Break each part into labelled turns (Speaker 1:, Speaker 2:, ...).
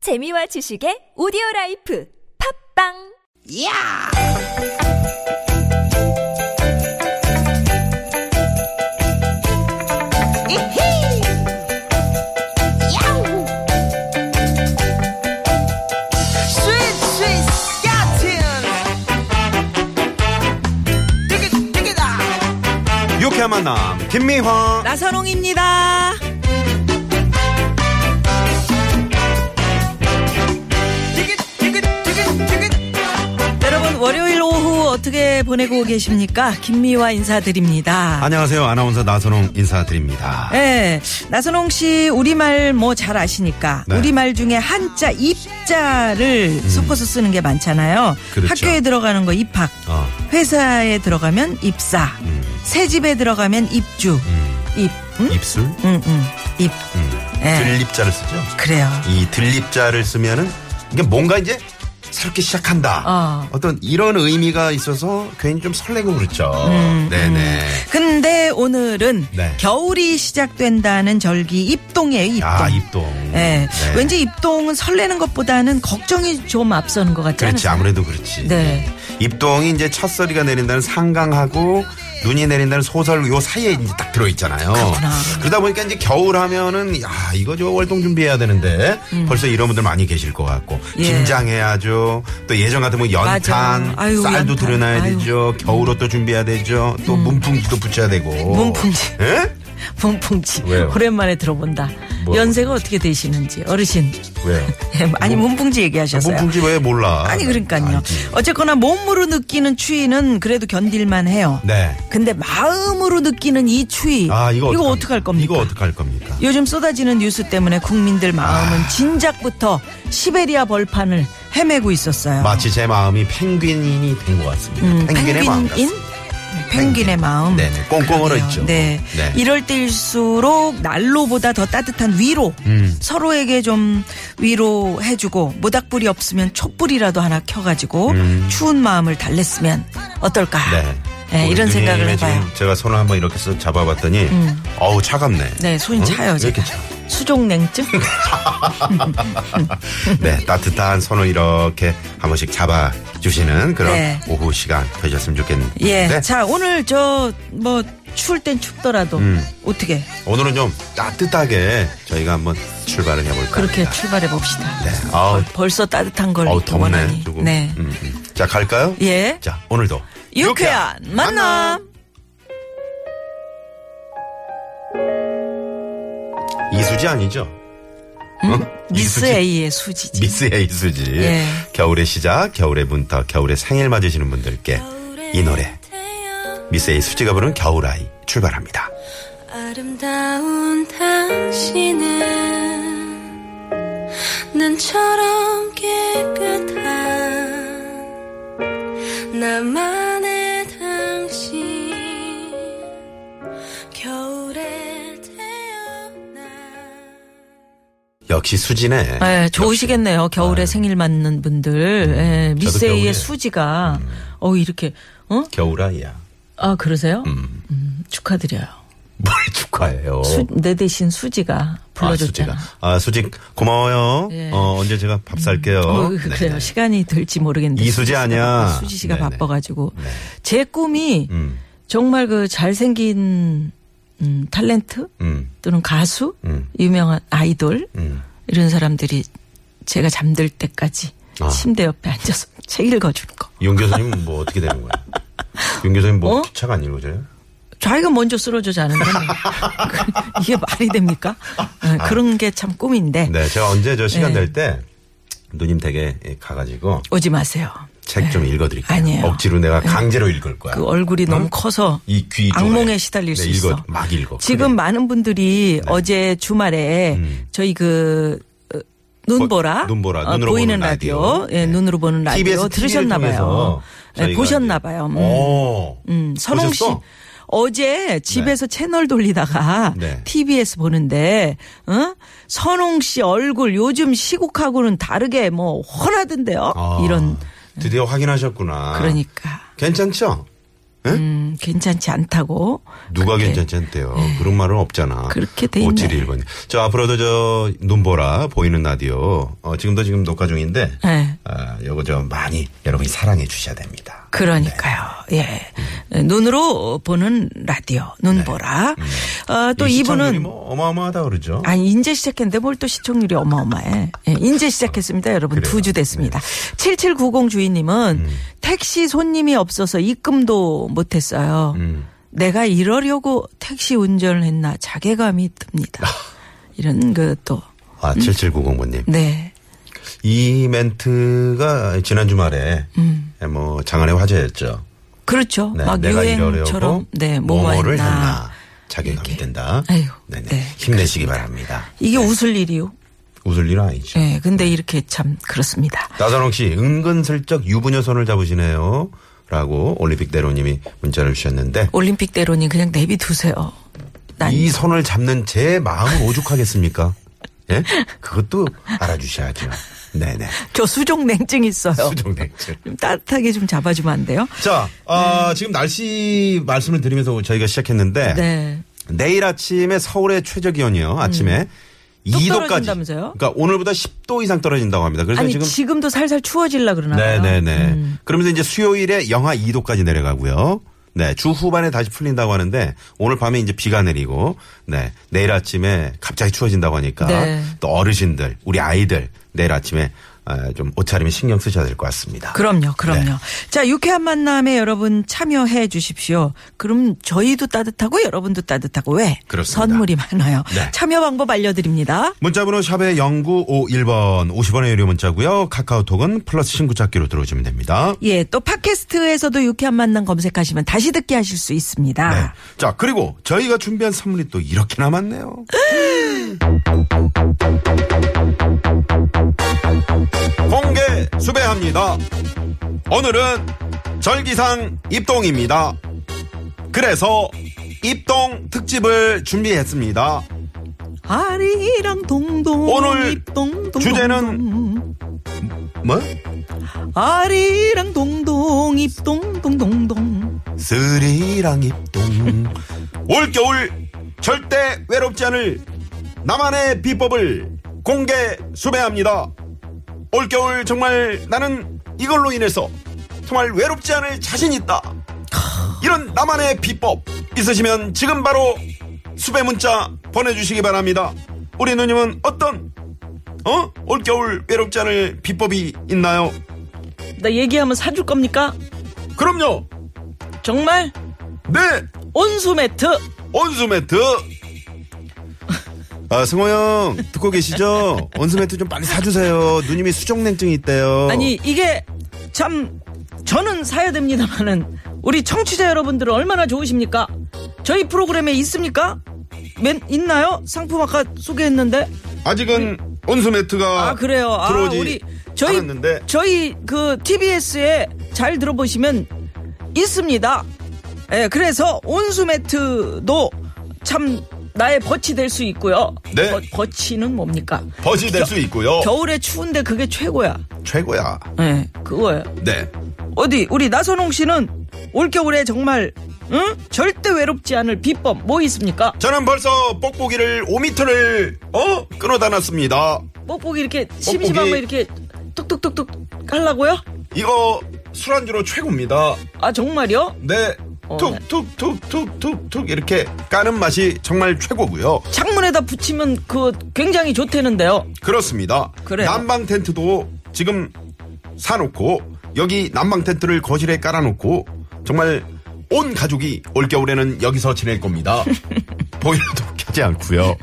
Speaker 1: 재미와 지식의 오디오 라이프 팝빵
Speaker 2: 야! 이히! 야우! 스윗 스윗 스카튼! 띠기 띠기다!
Speaker 3: 유쾌한 만남 김미화
Speaker 2: 나선홍입니다. 띠기 띠기 띠기 띠기
Speaker 4: 여러분 월요일 오후 어떻게 보내고 계십니까? 김미화 인사드립니다.
Speaker 3: 안녕하세요 아나운서 나선홍 인사드립니다
Speaker 4: 예, 나선홍 씨 우리말 뭐 잘 아시니까
Speaker 3: 네. 음.
Speaker 4: 우리말 중에 한자, 입자를 섞어서 쓰는 게 많잖아요.
Speaker 3: 그렇죠.
Speaker 4: 학교에 들어가는 거 입학,
Speaker 3: 어,
Speaker 4: 회사에 들어가면 입사,
Speaker 3: 음,
Speaker 4: 새집에 들어가면 입주,
Speaker 3: 음.
Speaker 4: 입, 응?
Speaker 3: 입술
Speaker 4: 응, 응, 입.
Speaker 3: 음.
Speaker 4: 예.
Speaker 3: 들립자를 쓰죠
Speaker 4: 그래요.
Speaker 3: 이 들립자를 쓰면은 이게 뭔가 이제 새롭게 시작한다
Speaker 4: 어.
Speaker 3: 떤 이런 의미가 있어서 괜히 좀 설레고 그렇죠
Speaker 4: 음,
Speaker 3: 네네
Speaker 4: 근데 오늘은
Speaker 3: 네.
Speaker 4: 겨울이 시작된다는 절기 입동이에요, 입동.
Speaker 3: 아 입동 네.
Speaker 4: 예. 왠지 입동은 설레는 것보다는 걱정이 좀 앞서는 것 같지
Speaker 3: 그렇지
Speaker 4: 않아요?
Speaker 3: 아무래도 그렇지
Speaker 4: 네.
Speaker 3: 입동이 이제 첫서리가 내린다는 상강하고 눈이 내린다는 소설 요 사이에 이제 딱 들어있잖아요.
Speaker 4: 그렇구나.
Speaker 3: 러다 보니까 이제 겨울 하면은 야 이거 저 월동 준비해야 되는데 벌써 이런 분들 많이 계실 것 같고
Speaker 4: 음. 예.
Speaker 3: 김장해야죠. 또 예전 같으면 뭐 연탄,
Speaker 4: 맞아. 아유,
Speaker 3: 쌀도
Speaker 4: 연탄.
Speaker 3: 들여놔야
Speaker 4: 아유. 음.
Speaker 3: 되죠. 겨울옷 도 준비해야 되죠. 또 문풍지도 붙여야 되고.
Speaker 4: 문풍지.
Speaker 3: 예?
Speaker 4: 뭉풍지
Speaker 3: 왜요?
Speaker 4: 오랜만에 들어본다.
Speaker 3: 뭐요?
Speaker 4: 연세가 어떻게 되시는지 어르신 예,
Speaker 3: 왜요?
Speaker 4: 아니 문풍지 얘기하셨어요.
Speaker 3: 뭐, 문풍지 네. 왜 몰라?
Speaker 4: 아니 그러니까요.
Speaker 3: 알지.
Speaker 4: 어쨌거나 몸으로 느끼는 추위는 그래도 견딜만 해요.
Speaker 3: 네.
Speaker 4: 근데 마음으로 느끼는 이 추위
Speaker 3: 아 이거 어떡합-
Speaker 4: 어떡할 겁니까?
Speaker 3: 이거 어떡할 겁니까?
Speaker 4: 요즘 쏟아지는 뉴스 때문에 국민들 마음은
Speaker 3: 아.
Speaker 4: 진작부터 시베리아 벌판을 헤매고 있었어요.
Speaker 3: 마치 제 마음이 펭귄인이 된 것 같습니다.
Speaker 4: 음,
Speaker 3: 펭귄의 마음
Speaker 4: 펭귄인?
Speaker 3: 같습니다.
Speaker 4: 펭귄의 마음.
Speaker 3: 네네, 꽁꽁 얼어
Speaker 4: 그러네요.
Speaker 3: 있죠.
Speaker 4: 네.
Speaker 3: 네.
Speaker 4: 이럴 때일수록 난로보다 더 따뜻한 위로
Speaker 3: 음.
Speaker 4: 서로에게 좀 위로해주고 모닥불이 없으면 촛불이라도 하나 켜가지고 추운 마음을 달랬으면 어떨까.
Speaker 3: 네.
Speaker 4: 네,
Speaker 3: 우리
Speaker 4: 이런 생각을
Speaker 3: 누님의
Speaker 4: 해봐요. 음.
Speaker 3: 지금 제가 손을 한번 이렇게 쓱 잡아봤더니 어우 차갑네.
Speaker 4: 네, 손이
Speaker 3: 어?
Speaker 4: 차요.
Speaker 3: 왜 이렇게
Speaker 4: 제가.
Speaker 3: 차?
Speaker 4: 수족냉증?
Speaker 3: 네, 따뜻한 손을 이렇게 한 번씩 잡아 주시는 그런
Speaker 4: 네.
Speaker 3: 오후 시간 되셨으면 좋겠는데.
Speaker 4: 예. 자, 오늘 저, 뭐, 추울 땐 춥더라도
Speaker 3: 음.
Speaker 4: 어떻게
Speaker 3: 오늘은 좀 따뜻하게 저희가 한번 출발을 해볼까
Speaker 4: 그렇게
Speaker 3: 합니다.
Speaker 4: 출발해 봅시다.
Speaker 3: 네. 아우,
Speaker 4: 벌써 따뜻한 걸
Speaker 3: 아우 덥네.
Speaker 4: 원하니.
Speaker 3: 조금.
Speaker 4: 네.
Speaker 3: 음, 음. 자, 갈까요?
Speaker 4: 예.
Speaker 3: 자, 오늘도
Speaker 4: 유쾌한 만남.
Speaker 3: 이수지 아니죠? 어?
Speaker 4: 음? 미스
Speaker 3: 이수지?
Speaker 4: A의 수지지.
Speaker 3: 미스 에이수지.
Speaker 4: 예.
Speaker 3: 겨울의 시작, 겨울의 문턱, 겨울의 생일 맞으시는 분들께 이 노래. 미스 에이수지가 부른 겨울아이 출발합니다.
Speaker 5: 아름다운 당신은 눈처럼 깨끗한 나만의 당신 겨울에 태어난
Speaker 3: 역시 수지네.
Speaker 4: 예,
Speaker 3: 아,
Speaker 4: 좋으시겠네요. 겨울에 생일 맞는 분들. 예, 미스
Speaker 3: 예. 음, 겨울에. 음.
Speaker 4: A의 수지가, 어 이렇게, 어?
Speaker 3: 겨울아이야.
Speaker 4: 아, 그러세요? 음, 축하드려요.
Speaker 3: 뭘 축하해요.
Speaker 4: 수- 내 대신 수지가 불러줬잖아.
Speaker 3: 어. 아, 수지가. 아, 수지 고마워요.
Speaker 4: 예.
Speaker 3: 어, 언제 제가 밥 살게요.
Speaker 4: 어,
Speaker 3: 네.
Speaker 4: 그래요. 시간이 될지 모르겠는데.
Speaker 3: 이수지
Speaker 4: 수지 씨가
Speaker 3: 아니야.
Speaker 4: 바빠- 수지 씨가
Speaker 3: 네네.
Speaker 4: 바빠가지고. 제 꿈이
Speaker 3: 음.
Speaker 4: 정말 그 잘생긴, 음, 탤런트?
Speaker 3: 음.
Speaker 4: 또는 가수?
Speaker 3: 음.
Speaker 4: 유명한 아이돌?
Speaker 3: 음.
Speaker 4: 이런 사람들이 제가 잠들 때까지
Speaker 3: 아.
Speaker 4: 침대 옆에 앉아서 책 읽어주는 거.
Speaker 3: 윤 교수님은 뭐 어떻게 되는 거예요? 윤 교수님 뭐
Speaker 4: 어?
Speaker 3: 기차가 안 읽어져요?
Speaker 4: 자기가 먼저 쓰러지지 않은데 뭐. 이게 말이 됩니까? 네, 그런 게 참 꿈인데
Speaker 3: 아. 네, 제가 언제 저 시간
Speaker 4: 네.
Speaker 3: 될 때 누님 댁에 예, 가가지고
Speaker 4: 오지 마세요.
Speaker 3: 책 좀 읽어드릴게요.
Speaker 4: 네. 아니에요. 네.
Speaker 3: 억지로 내가 강제로 읽을 거야.
Speaker 4: 그 얼굴이 너무 커서
Speaker 3: 음? 이 귀 쪽에.
Speaker 4: 악몽에 시달릴
Speaker 3: 네,
Speaker 4: 수
Speaker 3: 읽어,
Speaker 4: 있어.
Speaker 3: 막 읽어.
Speaker 4: 지금
Speaker 3: 그래. 네.
Speaker 4: 많은 분들이 어제 주말에 저희 그 어, 눈보라, 어,
Speaker 3: 보- 어, 눈보라, 눈으로
Speaker 4: 보이는
Speaker 3: 보는
Speaker 4: 라디오,
Speaker 3: 라디오. 네.
Speaker 4: 예, 눈으로 보는 라디오
Speaker 3: TBS
Speaker 4: 들으셨나봐요. 예,
Speaker 3: 통해서 저희가
Speaker 4: 보셨나봐요.
Speaker 3: 이제- 오.
Speaker 4: 음, 선홍 씨.
Speaker 3: 어. 보셨어?
Speaker 4: 어제 집에서 채널 돌리다가
Speaker 3: 네.
Speaker 4: TBS 보는데 어? 선홍 씨 얼굴 요즘 시국하고는 다르게 뭐 훤하던데요.
Speaker 3: 아,
Speaker 4: 이런 네.
Speaker 3: 드디어 확인하셨구나.
Speaker 4: 그러니까
Speaker 3: 괜찮죠?
Speaker 4: 음, 괜찮지 않다고.
Speaker 3: 누가
Speaker 4: 그렇게. 네.
Speaker 3: 괜찮지 않대요. 그런 말은 없잖아.
Speaker 4: 그렇게 돼 있네.
Speaker 3: 5721번. 저 앞으로도 저 눈보라 보이는 라디오 어, 지금도 지금 녹화 중인데
Speaker 4: 네.
Speaker 3: 아, 요거 저 많이 여러분이 사랑해 주셔야 됩니다.
Speaker 4: 그러니까요.
Speaker 3: 네.
Speaker 4: 예. 눈으로 보는 라디오, 눈보라. 어,
Speaker 3: 네.
Speaker 4: 또
Speaker 3: 음. 이 시청률이
Speaker 4: 이분은.
Speaker 3: 뭐 어마어마하다 그러죠.
Speaker 4: 아니, 인제 시작했는데 뭘 또 시청률이 어마어마해. 예, 인제 시작했습니다, 여러분.
Speaker 3: 그래요. 네. 음.
Speaker 4: 두 주 됐습니다. 7790 주인님은 택시 손님이 없어서 입금도 못했어요.
Speaker 3: 음.
Speaker 4: 내가 이러려고 택시 운전을 했나 자괴감이 듭니다. 이런 그 또,
Speaker 3: 아, 7790번님.
Speaker 4: 네.
Speaker 3: 이 멘트가 지난 주말에 뭐 장안의 화제였죠.
Speaker 4: 그렇죠.
Speaker 3: 네,
Speaker 4: 음. 막
Speaker 3: 내가
Speaker 4: 유행처럼
Speaker 3: 이러려고
Speaker 4: 네,
Speaker 3: 뭐뭐를
Speaker 4: 뭐뭐를
Speaker 3: 했나.
Speaker 4: 했나.
Speaker 3: 자괴감이
Speaker 4: 이렇게.
Speaker 3: 된다.
Speaker 4: 아유,
Speaker 3: 네네.
Speaker 4: 네,
Speaker 3: 힘내시기 바랍니다.
Speaker 4: 이게 웃을 일이요.
Speaker 3: 웃을 일은 아니죠.
Speaker 4: 예,
Speaker 3: 네.
Speaker 4: 근데 이렇게 참 그렇습니다.
Speaker 3: 나선홍 씨 은근슬쩍 유부녀 손을 잡으시네요. 라고 올림픽 대로님이 문자를 주셨는데
Speaker 4: 올림픽대로니 그냥 내비두세요. 난
Speaker 3: 이 손을 잡는 제 마음을 오죽하겠습니까? 예? 그것도 알아주셔야죠. 네네.
Speaker 4: 저 수족 냉증 있어요.
Speaker 3: 수정냉증.
Speaker 4: 좀 따뜻하게 좀 잡아주면 안 돼요?
Speaker 3: 자, 아, 지금 날씨 말씀을 드리면서 저희가 시작했는데
Speaker 4: 네.
Speaker 3: 내일 아침에 서울의 최저 기온이요. 아침에
Speaker 4: 음. 뚝
Speaker 3: 2도까지.
Speaker 4: 떨어진다면서요?
Speaker 3: 그러니까 오늘보다 10도 이상 떨어진다고 합니다. 그래서
Speaker 4: 아니 음.
Speaker 3: 지금
Speaker 4: 지금... 도 살살 추워질라 그러나요?
Speaker 3: 네네네. 그러면서 이제 수요일에 영하 2도까지 내려가고요. 네, 주 후반에 다시 풀린다고 하는데 오늘 밤에 이제 비가 내리고 네, 내일 아침에 갑자기 추워진다고 하니까
Speaker 4: 네.
Speaker 3: 또 어르신들, 우리 아이들 내일 아침에 아, 좀 옷차림에 신경 쓰셔야 될 것 같습니다.
Speaker 4: 그럼요, 그럼요.
Speaker 3: 네.
Speaker 4: 자, 유쾌한 만남에 여러분 참여해 주십시오. 그럼 저희도 따뜻하고 여러분도 따뜻하고 왜?
Speaker 3: 그렇습니다.
Speaker 4: 선물이 많아요.
Speaker 3: 네.
Speaker 4: 참여 방법 알려드립니다.
Speaker 3: 문자번호 샵의 0951번 50원의 유료 문자고요. 카카오톡은 플러스 친구 찾기로 들어오시면 됩니다.
Speaker 4: 예, 또 팟캐스트에서도 유쾌한 만남 검색하시면 다시 듣게 하실 수 있습니다.
Speaker 3: 네. 자, 그리고 저희가 준비한 선물이 또 이렇게 남았네요. 공개 수배합니다. 오늘은 절기상 입동입니다. 그래서 입동 특집을 준비했습니다.
Speaker 4: 아리랑 동동
Speaker 3: 오늘
Speaker 4: 입동동
Speaker 3: 주제는 뭐?
Speaker 4: 아리랑 동동 입동동동동
Speaker 3: 스리랑 입동. 올겨울 절대 외롭지 않을 나만의 비법을 공개 수배합니다. 올겨울 정말 나는 이걸로 인해서 정말 외롭지 않을 자신 있다. 이런 나만의 비법 있으시면 지금 바로 수배 문자 보내주시기 바랍니다. 우리 누님은 어떤 어 올겨울 외롭지 않을 비법이 있나요?
Speaker 4: 나 얘기하면 사줄 겁니까?
Speaker 3: 그럼요.
Speaker 4: 정말
Speaker 3: 네.
Speaker 4: 온수 매트
Speaker 3: 온수매트. 아, 승호 형, 듣고 계시죠? 온수매트 좀 빨리 사주세요. 누님이 수족냉증이 있대요.
Speaker 4: 아니 이게 참 저는 사야 됩니다만은 우리 청취자 여러분들은 얼마나 좋으십니까? 저희 프로그램에 있습니까? 맨 있나요? 상품 아까 소개했는데
Speaker 3: 아직은 온수매트가
Speaker 4: 아 그래요. 아
Speaker 3: 들어오지
Speaker 4: 우리 저희
Speaker 3: 않았는데.
Speaker 4: 저희 그 TBS에 잘 들어보시면 있습니다. 예, 그래서 온수 매트도 참 나의 버치 될 수 있고요.
Speaker 3: 네. 어.
Speaker 4: 버, 치는 뭡니까?
Speaker 3: 버시 될 수 있고요.
Speaker 4: 겨울에 추운데 그게 최고야.
Speaker 3: 최고야.
Speaker 4: 예, 그거예요.
Speaker 3: 네.
Speaker 4: 어디 우리 나선홍 씨는 올겨울에 정말 응? 절대 외롭지 않을 비법 뭐 있습니까?
Speaker 3: 저는 벌써 뽁뽁이를 5미터를 어? 끊어다 놨습니다.
Speaker 4: 뽁뽁이 이렇게 심심한 거 이렇게 뚝뚝뚝뚝 깔라고요?
Speaker 3: 이거 술안주로 최고입니다.
Speaker 4: 아 정말요?
Speaker 3: 네.
Speaker 4: 어, 네.
Speaker 3: 툭툭툭툭툭툭 이렇게 까는 맛이 정말 최고고요.
Speaker 4: 창문에다 붙이면 그 굉장히 좋대는데요.
Speaker 3: 그렇습니다.
Speaker 4: 그래요.
Speaker 3: 난방 텐트도 지금 사놓고 여기 난방 텐트를 거실에 깔아놓고 정말 온 가족이 올 겨울에는 여기서 지낼 겁니다. 보일러도 켜지 않고요.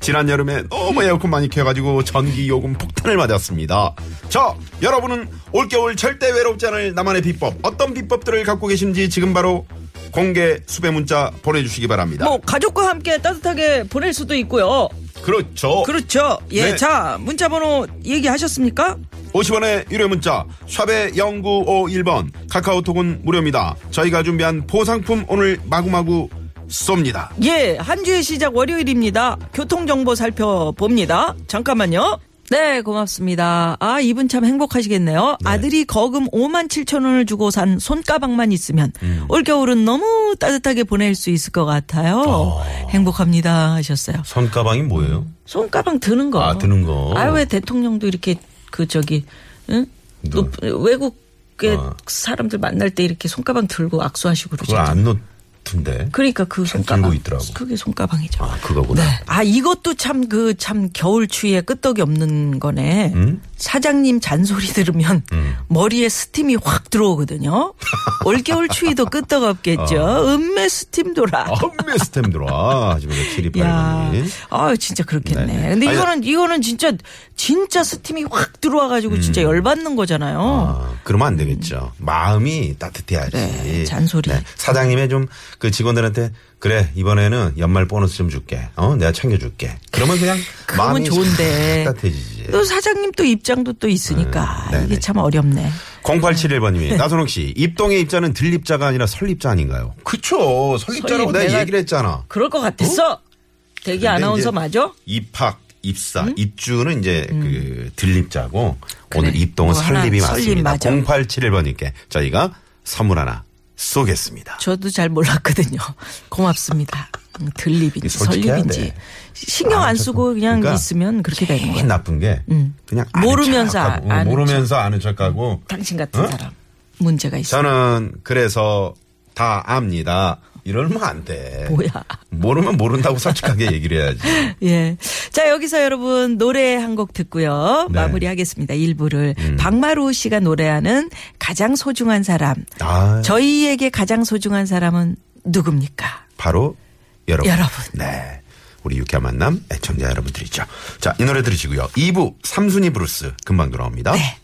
Speaker 3: 지난 여름에 너무 에어컨 많이 켜가지고 전기 요금 폭탄을 맞았습니다. 자, 여러분은 올 겨울 절대 외롭지 않을 나만의 비법 어떤 비법들을 갖고 계신지 지금 바로 공개 수배 문자 보내주시기 바랍니다.
Speaker 4: 뭐 가족과 함께 따뜻하게 보낼 수도 있고요.
Speaker 3: 그렇죠.
Speaker 4: 그렇죠. 예,
Speaker 3: 네.
Speaker 4: 자 문자번호 얘기하셨습니까?
Speaker 3: 50원의 유료 문자 샵의 0951번 카카오톡은 무료입니다. 저희가 준비한 보상품 오늘 마구마구 쏩니다.
Speaker 4: 예, 한 주의 시작 월요일입니다. 교통 정보 살펴봅니다. 잠깐만요. 네, 고맙습니다. 아, 이분 참 행복하시겠네요. 아들이 거금 5만 7천 원을 주고 산 손가방만 있으면
Speaker 3: 음.
Speaker 4: 올겨울은 너무 따뜻하게 보낼 수 있을 것 같아요. 행복합니다. 하셨어요.
Speaker 3: 손가방이 뭐예요?
Speaker 4: 손가방 드는 거.
Speaker 3: 아, 드는 거.
Speaker 4: 아, 왜 대통령도 이렇게 그 저기, 응?
Speaker 3: 누-
Speaker 4: 높- 외국의
Speaker 3: 어.
Speaker 4: 사람들 만날 때 이렇게 손가방 들고 악수하시고
Speaker 3: 그걸
Speaker 4: 그러잖아요.
Speaker 3: 안 놓던데.
Speaker 4: 그러니까 그
Speaker 3: 참
Speaker 4: 손가방.
Speaker 3: 들고 있더라고.
Speaker 4: 그게 손가방이죠.
Speaker 3: 아, 그거구나.
Speaker 4: 네. 아, 이것도 참 그 참 겨울 추위에 끄떡이 없는 거네. 사장님 잔소리 들으면 머리에 스팀이 확 들어오거든요. 올겨울 추위도 끄떡 없겠죠. 음메 스팀 돌아.
Speaker 3: 엄매 스템 들어와. 지금 7 2
Speaker 4: 야,
Speaker 3: 8이
Speaker 4: 아 진짜 그렇겠네.
Speaker 3: 네네.
Speaker 4: 근데
Speaker 3: 아니,
Speaker 4: 이거는 이거는 진짜 진짜 스팀이 확 들어와가지고 진짜 열받는 거잖아요.
Speaker 3: 아, 그러면 안 되겠죠. 마음이 따뜻해야지.
Speaker 4: 네, 잔소리.
Speaker 3: 사장님의 좀 그 직원들한테 그래 이번에는 연말 보너스 좀 줄게. 어, 내가 챙겨줄게. 그러면 어, 그냥
Speaker 4: 그러면
Speaker 3: 마음이
Speaker 4: 좋은데.
Speaker 3: 싹 따뜻해지지.
Speaker 4: 또 사장님 또 입장도 또 있으니까
Speaker 3: 예. 음, 네네.
Speaker 4: 이게 참 어렵네. 네.
Speaker 3: 0871번님이 나선홍 씨 입동의 입자는 들립자가 아니라 설립자 아닌가요? 그쵸. 설립자라고
Speaker 4: 설립,
Speaker 3: 내가,
Speaker 4: 내가-
Speaker 3: 얘기를 했잖아.
Speaker 4: 그럴 것 같았어. 대기
Speaker 3: 근데
Speaker 4: 아나운서
Speaker 3: 이제
Speaker 4: 맞아?
Speaker 3: 입학, 입사, 입주는 이제 그 들립자고 오늘
Speaker 4: 그래.
Speaker 3: 입동은
Speaker 4: 뭐 하나
Speaker 3: 설립이
Speaker 4: 설립
Speaker 3: 맞습니다.
Speaker 4: 맞아.
Speaker 3: 0871번님께 저희가 선물 하나 쏘겠습니다.
Speaker 4: 저도 잘 몰랐거든요. 고맙습니다. 음,
Speaker 3: 이게
Speaker 4: 들립인지
Speaker 3: 솔직해야
Speaker 4: 설립인지
Speaker 3: 돼.
Speaker 4: 신경
Speaker 3: 아,
Speaker 4: 안
Speaker 3: 자꾸.
Speaker 4: 쓰고 그냥
Speaker 3: 그러니까
Speaker 4: 있으면 그렇게 되는
Speaker 3: 제일
Speaker 4: 거야.
Speaker 3: 나쁜 게 그냥 아는
Speaker 4: 모르면서
Speaker 3: 척하고,
Speaker 4: 아-
Speaker 3: 응,
Speaker 4: 아는
Speaker 3: 모르면서 아는 척하고
Speaker 4: 당신 같은
Speaker 3: 어?
Speaker 4: 사람 문제가 있어.
Speaker 3: 저는 그래서 다 압니다. 이러면 안 돼.
Speaker 4: 뭐야?
Speaker 3: 모르면 모른다고 솔직하게 얘기를 해야지.
Speaker 4: 예. 자, 여기서 여러분 노래 한 곡 듣고요.
Speaker 3: 네. 음.
Speaker 4: 마무리하겠습니다. 일부를 박마루 씨가 노래하는 가장 소중한 사람.
Speaker 3: 아,
Speaker 4: 저희에게 가장 소중한 사람은 누굽니까?
Speaker 3: 바로 여러분.
Speaker 4: 여러분.
Speaker 3: 네. 우리 유쾌한 만남 애청자 여러분들이죠. 자, 이 노래 들으시고요. 2부 삼순이 브루스 금방 돌아옵니다.
Speaker 4: 네.